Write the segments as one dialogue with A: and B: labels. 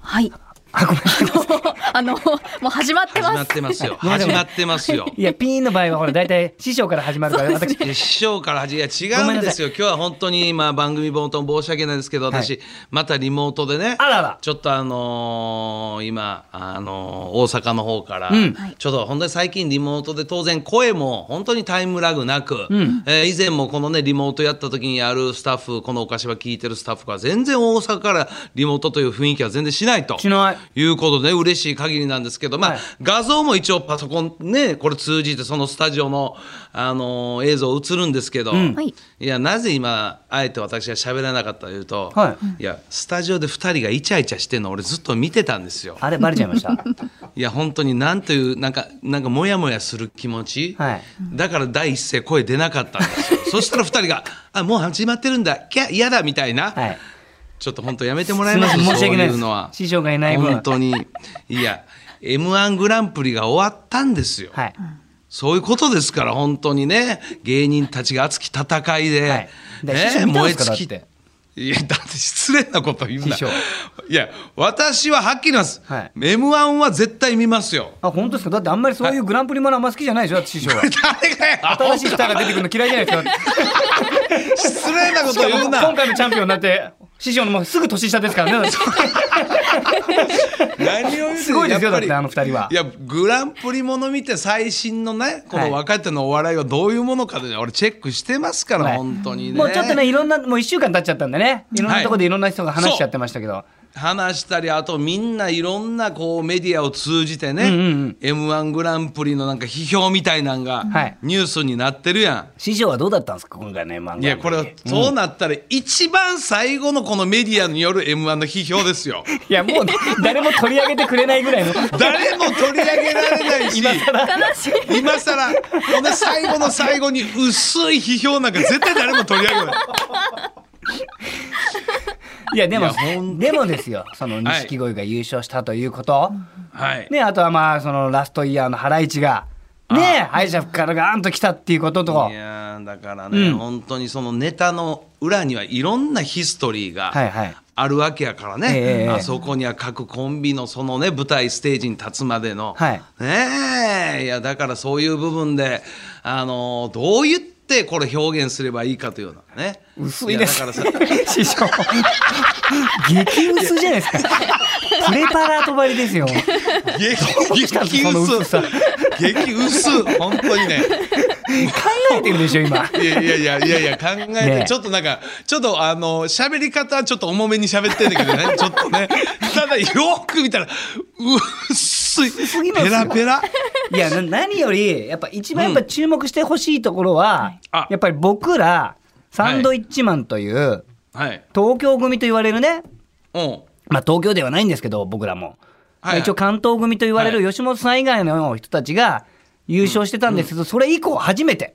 A: はい。
B: あ、ごめんなさい。
A: あの、もう始まって
C: 始ま
A: ま
C: っ
A: す。
C: て ますよ。
B: ごめんな
C: 始
B: さい
C: まってますよ。
B: いや、ピーンの場合は、ほら、大 体師匠から始まるから、私、
C: いや師匠から始め、いや違うんですよ。今日は本当に、まあ、番組冒頭申し訳ないですけど、私、
B: は
C: またリモートでね。
B: あらら
C: ちょっとあのー今、あのー大阪の方から、
B: ん
C: ちょっと本当に最近リモートで当然声も本当にタイムラグなく、えー以前もこのね、リモートやった時にやるスタッフ、このお菓子は聞いてるスタッフが全然大阪からリモートという雰囲気は全然しないと。
B: しない。
C: いうことで嬉しい限りなんですけど、まあ
B: はい
C: 画像も一応パソコンねこれ通じてそのスタジオの、あのー映像映るんですけど、
A: はい
C: い、やなぜ今あえて私が喋らなかったというと、、
B: はい
C: やスタジオで2人がイチャイチャしてんの俺ずっと見てたんですよ。
B: あれ、バレちゃいました。
C: いや本当になんというなんかなんかモヤモヤする気持ち、
B: はい
C: だから第一声声出なかったんで すよそしたら2人が「あもう始まってるんだキャ嫌だ」みたいな、
B: はい。
C: ちょっと本当やめてもら
B: す
C: え
B: み
C: ま
B: ますせん、申し訳ないで
C: そう
B: す
C: うのは。
B: 師匠がいない分。
C: 本当にいや m 1グランプリが終わったんですよ、
B: はい。
C: そういうことですから本当にね芸人たちが熱き戦いで、
B: はい。で師匠
C: ね
B: 見たんですかだっ
C: い
B: て。
C: やだって失礼なこと言うな
B: 師匠
C: いや私ははっきり言います、
B: はい
C: m 1は絶対見ますよ
B: あ、本当ですかだってあんまりそういうグランプリものあんま好きじゃないでしょだって師匠は。
C: 誰がや
B: 新しいスターが出てくるの嫌いじゃないです か。
C: 失礼なこと言うな
B: 今回のチャンピオンになって、師匠のもうすぐ年下です からね。
C: 何を言うてんの
B: すごいですよ、だ
C: やっぱ
B: っ
C: り。
B: てあの二人はい
C: やグランプリもの見て最新のねこ
B: は
C: の
B: い
C: 若手のお笑いはどういうものかで、俺チェックしてますから、
B: はい
C: 本当にね
B: もうちょっとね、いろんな、もう一週間経っちゃったんでね。いろんなところでいろんな人が話しちゃってましたけど。
C: 話したりあとみんないろんなこうメディアを通じてね、
B: うんうんうん
C: m 1グランプリのなんか批評みたいなんが
B: はい
C: ニュースになってるやん、
B: 師匠はどうだったんですか今回ね、漫画。
C: い、やこれはそうなったら一番最後のこのメディアによる m 1の批評で すよ
B: いや、もう、誰も取り上げてくれないぐらいの。
C: 誰も取り上げられないし今更
A: 悲しい。
C: 今さらほんで最後の最後に薄い批評なんか絶対誰も取り上げない
B: いや、で
C: い
B: も
C: やほん、
B: でもですよ、その錦鯉が優勝したということ。
C: はい、
B: ね、あとはまあ、そのラストイヤーのハライチが。ね、敗者復活がーンと来たっていうことと。はいい
C: やーだからね、
B: うん
C: 本当にそのネタの裏にはいろんなヒストリーが、
B: はい。
C: あるわけやから
B: え
C: ね、
B: え
C: あそこには各コンビのそのね舞台ステージに立つまでの、
B: はい
C: ねえいやだからそういう部分で、あのどう言ってこれ表現すればいいかというのはね
B: 薄いです
C: や だからさ
B: 師匠。激薄じゃないですか。プレパラートばりですよ。
C: 激
B: したの
C: 激
B: その薄
C: 薄
B: さ
C: 激薄本当にね
B: 考えてるでしょ、今。
C: いやいやいやいやいや考えて、
B: ねえ
C: ちょっとなんかちょっとあの喋り方はちょっと重めに喋ってんだけど ねちょっとねただよく見たら薄い
B: すぎます
C: ペ
B: よ
C: ラペラ。
B: いやな何よりやっぱ一番やっぱ注目してほしいところは、
C: あ
B: やっぱり僕らサンドイッチマンという、
C: はい、
B: 東京組と言われるね
C: うん
B: まあ東京ではないんですけど僕らも、
C: はい
B: 一応関東組と言われ
C: は
B: る吉本さん以外の人たちが優勝してたんですけど、それ以降初めて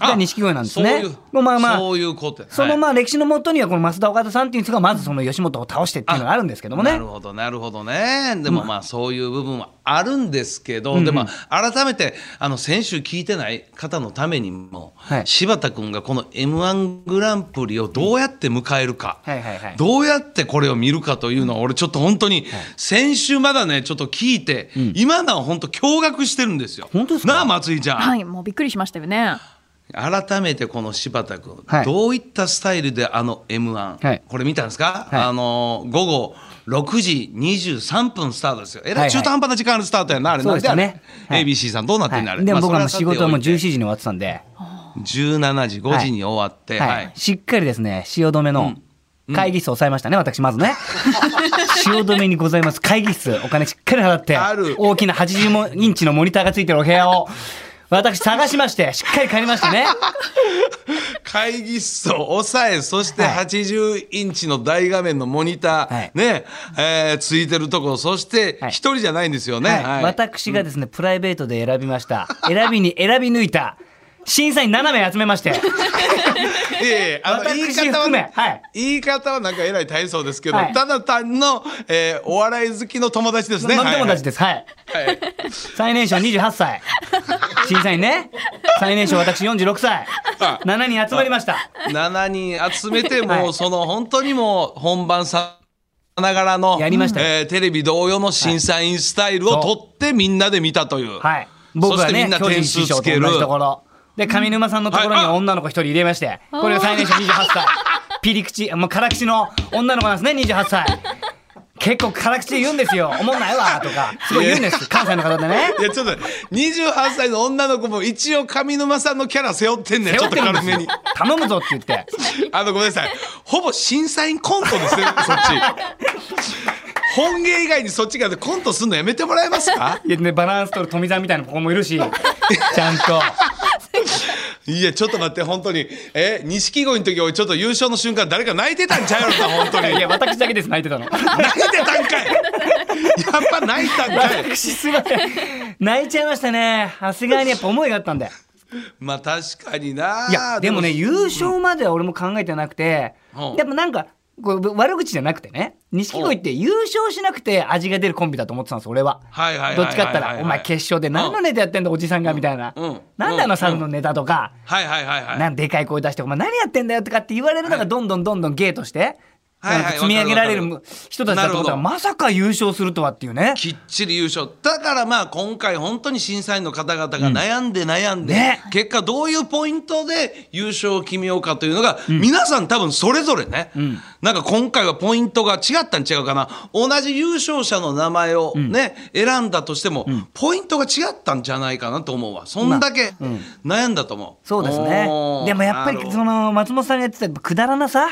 B: が
C: あ
B: 錦鯉なんですね
C: そういう
B: もうまあまあ
C: そういうことや
B: その
C: はい
B: まあ歴史のもとにはこの増田岡田さんっていう人がまずその吉本を倒してっていうのがあるんですけどもね
C: なるほどなるほどねでもまあそういう部分はあるんですけど、でも改めてあの先週聞いてない方のためにも、
B: はい
C: 柴田君がこの m 1グランプリをどうやって迎えるか、
B: はいはいはい
C: どうやってこれを見るかというのは俺ちょっと本当に先週まだねちょっと聞いて、今のは本当驚愕してるんですよ。
B: 本当ですか
C: なあ松井ちゃん、
A: はい、もうびっくりしましたよね。
C: 改めてこの柴田君、
B: はい
C: どういったスタイルであの m 1、
B: はい
C: これ見たんですか、
B: はい
C: あの午後6時23分スタートですよえ
B: はい
C: ら
B: はいい
C: 中途半端な時間のスタートやなあれ
B: そうですね
C: なんであれ
B: はい
C: ABC さんどうなってんのあ
B: は
C: れ
B: いでも僕
C: ま
B: ら
C: あ
B: も
C: そ
B: 仕
C: れは
B: 事はもう
C: さてお
B: 17
C: い
B: 時に
C: て
B: 終わってたんで、
C: 17時5時に終わって、
B: は
C: はいい、
B: しっかりですね汐留の会議室を抑えましたね、私まず ね汐留にございます会議室お金しっかり払って
C: ある
B: 大きな80インチのモニターがついてるお部屋を私探しましてしっかり借りましてね
C: 会議室を抑えそして
B: はい
C: 80インチの大画面のモニター、
B: はい
C: ねえーついてるとこそして
B: はい
C: 一人じゃないんですよね。
B: はい
C: はい
B: 私がですね、プライベートで選びました選びに選び抜いた審査員7名集めまして
C: いやいやあの
B: 私
C: 言い方は
B: 含
C: ね
B: め、はい
C: 言い方はなんかえらい大層ですけど、
B: はい
C: ただ単の、えーお笑い好きの友達ですね。
B: 飲み友達
C: で。
B: ですはい
C: はい
B: 最年少28歳審査員 ね最年少私46歳
C: あ
B: 7人集まりました
C: 7人集めて
B: は
C: も
B: いう
C: その本当にもう本番さながらの、
B: やりましたよ
C: えーテレビ同様の審査員スタイルを
B: そう
C: 取ってみんなで見たという。
B: はい。僕はね、
C: そしてみんな
B: 巨人
C: 点
B: 師
C: 数
B: 匠
C: つ
B: と
C: ける。
B: 同じところ。で、上沼さんのところに
C: はいあ
B: 女の子一人入れまして、これが最年少28歳。ピリ口、もう辛口の女の子なんですね、28歳。結構辛口で言うんですよ。おもんないわ、とか。すごい言うんです。関西の方でね。
C: いや、ちょっと、28歳の女の子も一応上沼さんのキャラ背負ってんねん。
B: 背
C: ち
B: 負
C: ょっ
B: って
C: と
B: るんです
C: 軽め
B: よ
C: に。。
B: 頼むぞって言って。
C: あの、ごめんなさい。ほぼ審査員コントですね、そっち。本芸以外にそっちがコントすんのやめてもらえますか
B: いやねバランス取る富澤みたいな子もいるし、ちゃんと。
C: いや、ちょっと待って、本当に。え、錦鯉の時、俺ちょっと優勝の瞬間、誰か泣いてたんちゃうやろか、本当に。
B: い
C: 泣い
B: や、私だけです、泣いてた の。
C: てたんかいやっぱ泣いたんかい
B: 私、すいません。泣いちゃいましたね。さすがにやっぱ思いがあったんで。
C: まあ、確かにない
B: やでもね優勝までは俺も考えてなくて、
C: うん
B: やっぱなんかこう悪口じゃなくてね錦鯉って優勝しなくて味が出るコンビだと思ってたんです俺は,、
C: はいはいはいはい
B: どっちかって言っ
C: はい
B: た
C: はい
B: ら「お前決勝で何のネタやってんだおじさんが」みたいな「
C: うんうん
B: なんであの猿のネタ」とか、
C: はいはいはいはい。
B: なんでかい声出して「お前何やってんだよ」とかって言われるのがどんどんどんどんゲーとして。
C: はいはい
B: なんか積み上げられ
C: わかるわ
B: る
C: か
B: 人たちだと思ったら
C: なるほど
B: まさか優勝するとはっていうね
C: きっちり優勝だからまあ今回本当に審査員の方々が悩んで悩んで、
B: ね
C: 結果どういうポイントで優勝を決めようかというのが、皆さん多分それぞれね、なんか今回はポイントが違ったん違うかな同じ優勝者の名前をね、選んだとしても、ポイントが違ったんじゃないかなと思うわそんだけ悩んだと思う、
B: そうですね
C: おー
B: でもやっぱ
C: な
B: り
C: る
B: その松本さんがやってたやっぱくだらなさ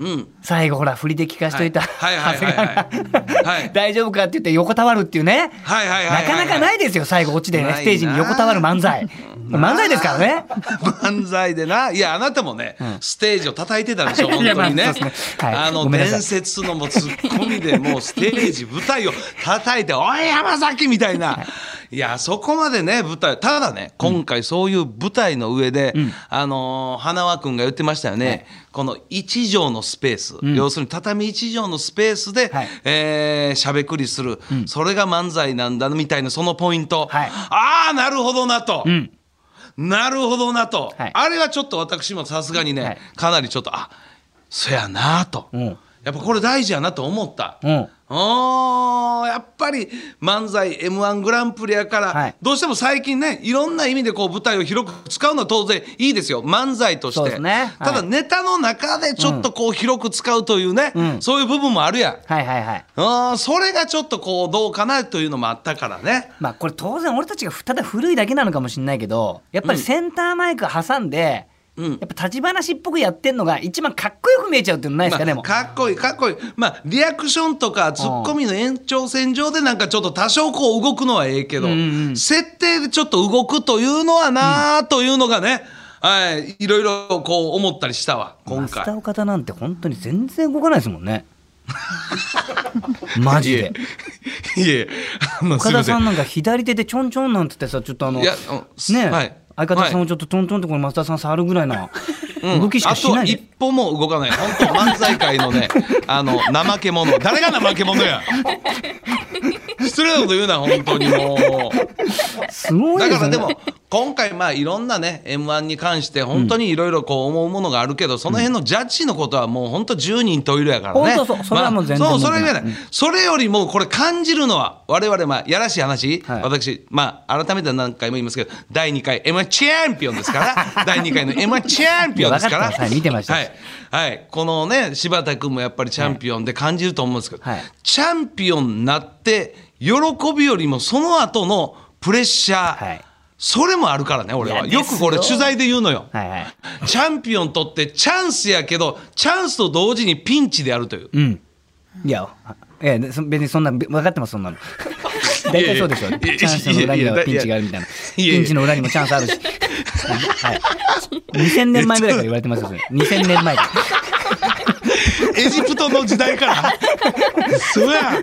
C: うん
B: 最後ほら振りで聞かしといた、
C: はいはいはいはいはい
B: 長谷川が
C: は い
B: 大丈夫かって言って横たわるっていうね、
C: はいはいはいはいはい
B: なかなかないですよ最後オチで
C: ない
B: ね
C: な
B: ステージに横たわる漫 才漫才ですからね
C: 漫才でないやあなたもね、ステージを叩いてたでしょ本
B: いや
C: 当にね,、
B: まあそうですねはい
C: あ
B: ご
C: の
B: めんなさい
C: 伝説のもうツッコミでもうステージ舞台を叩いて「おい山崎!」みたいな、い、やそこまでね舞台ただね今回そういう舞台の上で、あのー花輪君が言ってましたよね、この1畳のスペース、要するに畳1畳のスペースで、
B: はい
C: えーしゃべくりする、それが漫才なんだみたいなそのポイント、
B: はい
C: ああなるほどなと。
B: うん
C: なるほどなと、
B: はい
C: あれはちょっと私もさすがにね、
B: はい
C: かなりちょっとあそやなと、
B: うん
C: やっぱこれ大事やなと思った、
B: うん
C: おーやっぱり漫才 m 1グランプリやから、
B: はい
C: どうしても最近ねいろんな意味でこう舞台を広く使うのは当然いいですよ漫才として
B: そうですねはい
C: ただネタの中でちょっとこう広く使うというね、
B: うん
C: そういう部分もあるやん
B: はいはいはい
C: うんそれがちょっとこうどうかなというのもあったからね
B: まあこれ当然俺たちがただ古いだけなのかもしれないけどやっぱりセンターマイク挟んで、
C: うん
B: やっぱ立ち話っぽくやってんのが一番かっこよく見えちゃうっていうのないですか、でも
C: まあかっこいいかっこいいまあリアクションとかツッコミの延長線上でなんかちょっと多少こう動くのはええけど、
B: うんうん
C: 設定でちょっと動くというのはなあというのがね、はいいろいろこう思ったりしたわ今
B: マスター
C: 回。
B: 岡田なんて本当に全然動かないですもん ねマジで
C: いえいえあのす
B: 岡
C: いま
B: 田
C: せん
B: さんなんか左手でちょんちょんなんつってさちょっとあの
C: いや
B: ね
C: うんはい
B: 相方さん
C: は
B: を
C: い
B: ちょっとトントンってこの松田さん触るぐらいな
C: うん
B: 動きしかしな
C: あ
B: い
C: とは一
B: で
C: 歩も動かない本当漫才界の ねあの怠け者誰が怠け者や失礼なこと言うな本当にもう。
B: すごい
C: だ
B: で
C: か
B: す
C: ら
B: ね
C: でも今回まあいろんなね m 1に関して本当にいろいろこう思うものがあるけど、その辺のジャッジのことはもう本当10人十色やからね
B: 本当そうそれはもう全然
C: まあそ
B: 問
C: うそれ
B: 題
C: は
B: ない
C: 言えない、それよりもこれ感じるのは我々まあやらしい話、
B: はい
C: 私まあ改めて何回も言いますけど第2回 m 1チャンピオンですか ら第2回の m 1チャンピオンですから
B: 分かってますはい見てました
C: はいはい、このね柴田君もやっぱりチャンピオンで感じると思うんですけど、
B: はい
C: チャンピオンになって喜びよりもその後のプレッシャー、
B: はい
C: それもあるからね俺はい
B: や
C: よ
B: です
C: く
B: よ
C: これ取材で言うのよ、
B: はいはい
C: チャンピオンとってチャンスやけどチャンスと同時にピンチである という
B: うんいやあいやそ別にそんな分かってますそんな の大体そうでしょ
C: い
B: チ
C: やいや
B: ャンスの裏に
C: いやいやいや
B: はピンチがあるみたいない
C: やいや
B: ピンチの裏にもチャンスある しはい2000年前ぐらいから言われてますよそれ2000年前から
C: エジプトの時代からそうや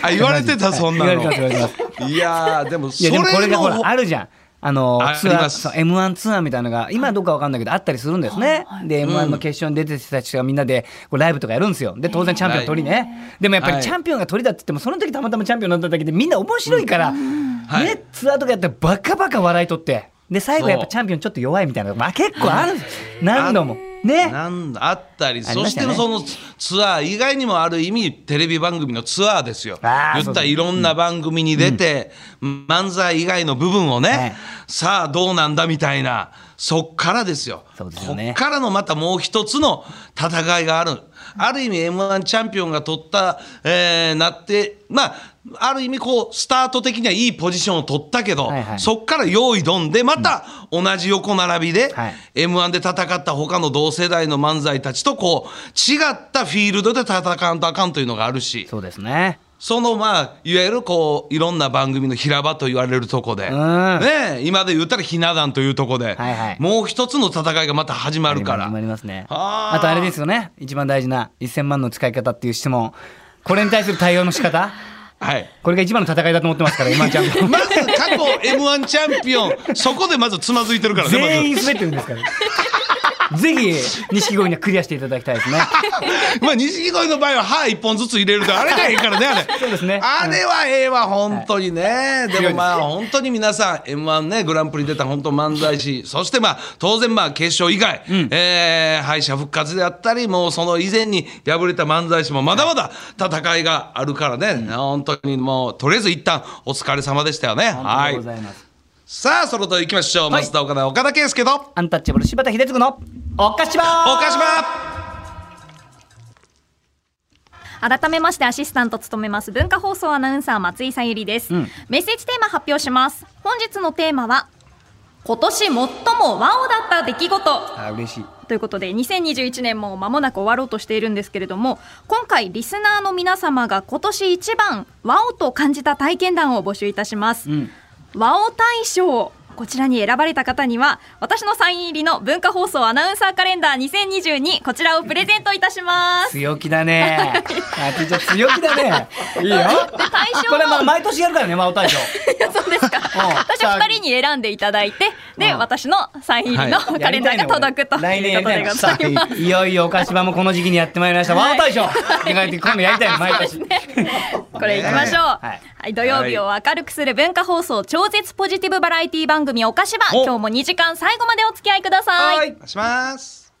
C: あ言われてたそんな
B: 言わ
C: の
B: れてます言われてます
C: いやーでもそ
B: いやでもこれ
C: れ
B: が
C: の
B: ほらあるじゃん。あの
C: あ
B: ツ
C: あり
B: アー
C: ます
B: そう M1 ツアーみたいなのが今どうかわかんないけどあったりするんですね。で M1 の決勝に出てた人がみんなでこうライブとかやるんですよ。で当然チャンピオン取りね。でもやっぱ
C: は
B: り
C: い
B: チャンピオンが取りだって言ってもその時たまたまチャンピオンになっただけでみんな面白いから
C: は
B: ね
C: い
B: ツアーとかやったらバカバカ笑い取ってで最後やっぱチャンピオンちょっと弱いみたいなのがまあ結構あるんです何度も。ね
C: なんだあった
B: あ
C: り
B: り
C: そ
B: ま
C: し
B: した
C: て
B: ね
C: そのツツアー以外にもある意味テレビ番組のツアーですよ言
B: あー
C: っ
B: そ
C: た
B: うそ
C: ら
B: う
C: いろんな番組に出て、漫才以外の部分をね、
B: はい
C: さあどうなんだみたいなそっからですよ
B: そうですよね
C: こっからのまたもう一つの戦いがあるある意味 m 1チャンピオンが取った、えーなってまあある意味こうスタート的にはいいポジションを取ったけど、
B: はいはい
C: そっから用意どんでまた同じ横並びで、
B: はい
C: m 1で戦った他の同世代の漫才たちとこう違ったフィールドで戦わんとあかんというのがあるし
B: そうですね
C: そのまあいわゆるこういろんな番組の平場と言われるとこで、
B: うん
C: ねえ、今で言ったらひな壇というとこで、
B: はいはい
C: もう一つの戦いがまた始まるか
B: あ
C: ら
B: りますね
C: あー
B: あとあれですよね一番大事な1000万の使い方っていう質問これに対する対応の仕方
C: はい。
B: これが一番の戦いだと思って ますから今ちゃんも
C: まず過去 m 1チャンピオンそこでまずつまずいてるからねまず
B: 全員滑ってるんですからぜひ錦鯉にはクリアしていただきたいですね
C: まあ錦鯉の場合は歯一本ずつ入れるとあれがええからねあれ
B: そうですね
C: あれはええわ本当にね、でもまあ本当に皆さん m 1ねグランプリ出た本当漫才師そしてまあ当然まあ決勝以外、えー敗者復活であったりもうその以前に敗れた漫才師もまだまだ戦いがあるからね、本当にもうとりあえず一旦お疲れ様でしたよね
B: あ
C: は
B: り
C: い
B: がとうございます
C: さあそれではいきましょう、
B: はい
C: 松田岡田岡田圭佑と
B: アンタッチャブル柴田秀嗣のおかしば
C: 岡島
A: 改めましてアシスタントを務めます文化放送アナウンサー松井さゆりです、
B: ん
A: メッセージテーマ発表します本日のテーマは今年最もワオだった出来事
B: あ嬉しい
A: ということで2021年も間もなく終わろうとしているんですけれども今回リスナーの皆様が今年一番ワオと感じた体験談を募集いたします、
B: うん
A: ワオ大賞こちらに選ばれた方には私のサイン入りの文化放送アナウンサーカレンダー2022こちらをプレゼントいたします
B: 強気だね。あてぃちゃん強気だ ね。いいよ。
A: 大賞は
B: これまあ毎年やるからね、まあお大賞。
A: いや そう ですか私は2人に選んでいただいてで
B: うん
A: 私のサイン入りの
C: は
A: カレンダーが届くと
B: 来年
A: いう
B: や
A: こ
B: り
A: と
B: たい
A: で
B: の
A: ござい ます
B: さあいよいよお菓子場もこの時期にやってまいりました。ワオ大賞。 意外と今度やりたいの毎年。
A: これいきましょう、
B: はい
A: はい土曜日を明るくする文化放送超絶ポジティブバラエティ番組おかしば
C: お
A: 今日も2時間最後までお付き合いください
B: はい。
C: お願いします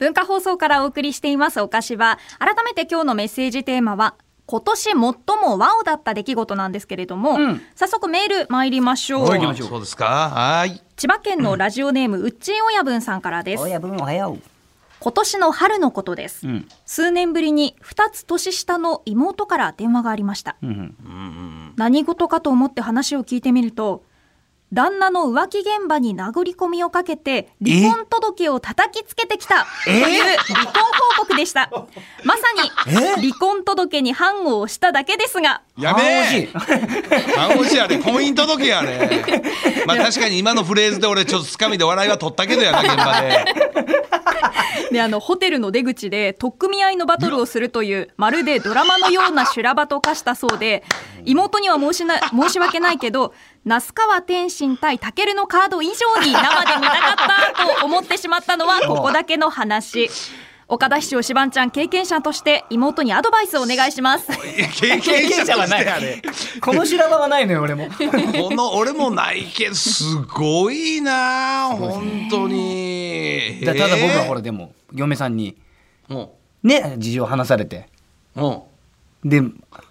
A: 文化放送からお送りしていますおかしば改めて今日のメッセージテーマは今年最もワオだった出来事なんですけれども、
B: うん
A: 早速メール参りましょう、
B: はい行きましょう
C: そうですかはい
A: 千葉県のラジオネーム、うっちー親分さんからです
B: 親分おはよ
A: 今年の春のことです、
B: う。うん。
A: 数年ぶりに2つ年下の妹から電話がありました
B: うん。
A: 何事かと思って話を聞いてみると旦那の浮気現場に殴り込みをかけて離婚届を叩きつけてきたという離婚報告でしたまさに離婚届に判を押しただけですが
C: やべ
B: あー
C: え
B: 惜しい
C: 半押 しやれ、婚姻届やれ。まあ確かに今のフレーズで俺ちょっとつかみで笑いは取ったけ どやな、現場で。
A: であのホテルの出口で取っ組み合いのバトルをするというまるでドラマのような修羅場と化したそうで妹には申しな申し訳ないけど那須川天心対タケルのカード以上に生で見たかったと思ってしまったのはここだけの話。岡田市長しばんちゃん経験者として妹にアドバイスをお願いします。
C: いや
B: 経
C: 経験
B: 験
C: 者
B: 者
C: は
B: は
C: な。
B: ないい。この修羅場はないのよ、俺も。
C: この俺もないけど、すごいな、本当に。
B: じゃあただ僕はほら
C: れ。
B: でも嫁さんに
C: うん。
B: ね事情を話されて
C: うん。
B: で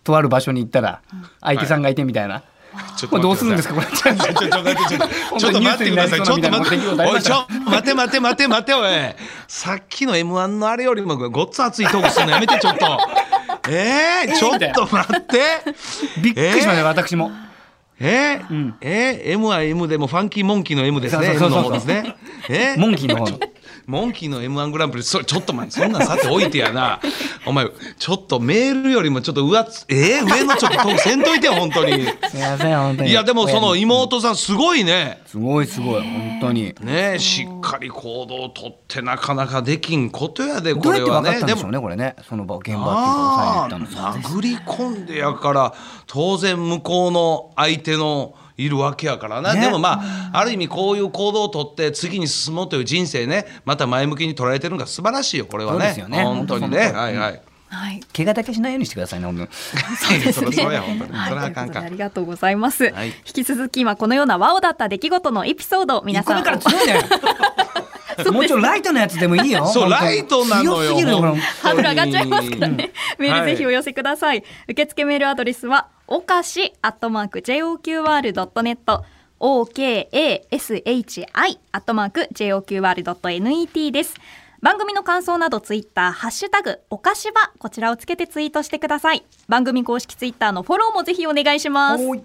B: とある場所に行ったら相手さんがいてみたいな。
C: ちょっ
B: これどうするんです
C: か
B: かこれ。ちょっと
C: ちょちょちょちょちょっと待ってください。ちょっと待って。おい、ちょ、待て待て待て待て、おい。さっきの M1 のあれよりもごっつ熱いトークするのやめて、ちょっと。ええちょっと待って。
B: びっくりしました、私も。
C: えーえー M は M でもファンキーモンキーの M ですね。
B: そう
C: M
B: そうそうそう
C: の方ですね。え
B: モンキーの方の
C: ちょ モンキーの M1 グランプリ、それちょっと前、そんなんさておいてやな。お前、ちょっとメールよりもちょっと上つ、えー上のちょっとトークせんといてよ、本当 に。
B: すいません、本当に。
C: いや、でもその妹さんすごいね。
B: すごいすごい、本当に。
C: ねえしっかり行動をとってなかなかできんことやで、
B: ど
C: こ
B: うや
C: れ
B: って
C: は
B: 分かっ
C: ね。
B: たんで
C: でも
B: しょうね、これね。その場、現場
C: あ
B: っていうか、抑えに行ったの
C: あ殴り込んでやから当然向こうの相手のいるわけやからな、
B: ね
C: でもまあある意味こういう行動をとって次に進もうという人生ねまた前向きに捉えてるのが素晴らしいよこれは
B: そうで
C: ね
B: すよね
C: 本当にね
B: 本当
C: はいはい
A: はい、
B: 怪我だけしないようにしてくださいね、本当に。
C: そうですね そうや本当にそれ
A: はい、
C: は
A: とい
C: あ
A: う
C: か
A: こ
C: ん
A: とで
C: か
A: ありがとうございます。
C: はい
A: 引き続き今このようなワオだった出来事のエピソード皆さん
B: 一個目から強いね。 もうちょいライトのやつでもいいよ。
C: そう
B: 本当
C: ライトなの
B: 強
C: よ
B: すぎるよ。この
A: ハードル上がっちゃいますからね。 メール
C: はい
A: ぜひお寄せください。受付メールアドレスは、おかし、アットマーク、joqr.net、okashi、アットマーク、joqr.net です。番組の感想などツイッター、ハッシュタグ、おかしば、こちらをつけてツイートしてください。番組公式ツイッターのフォローもぜひお願いします。
B: おい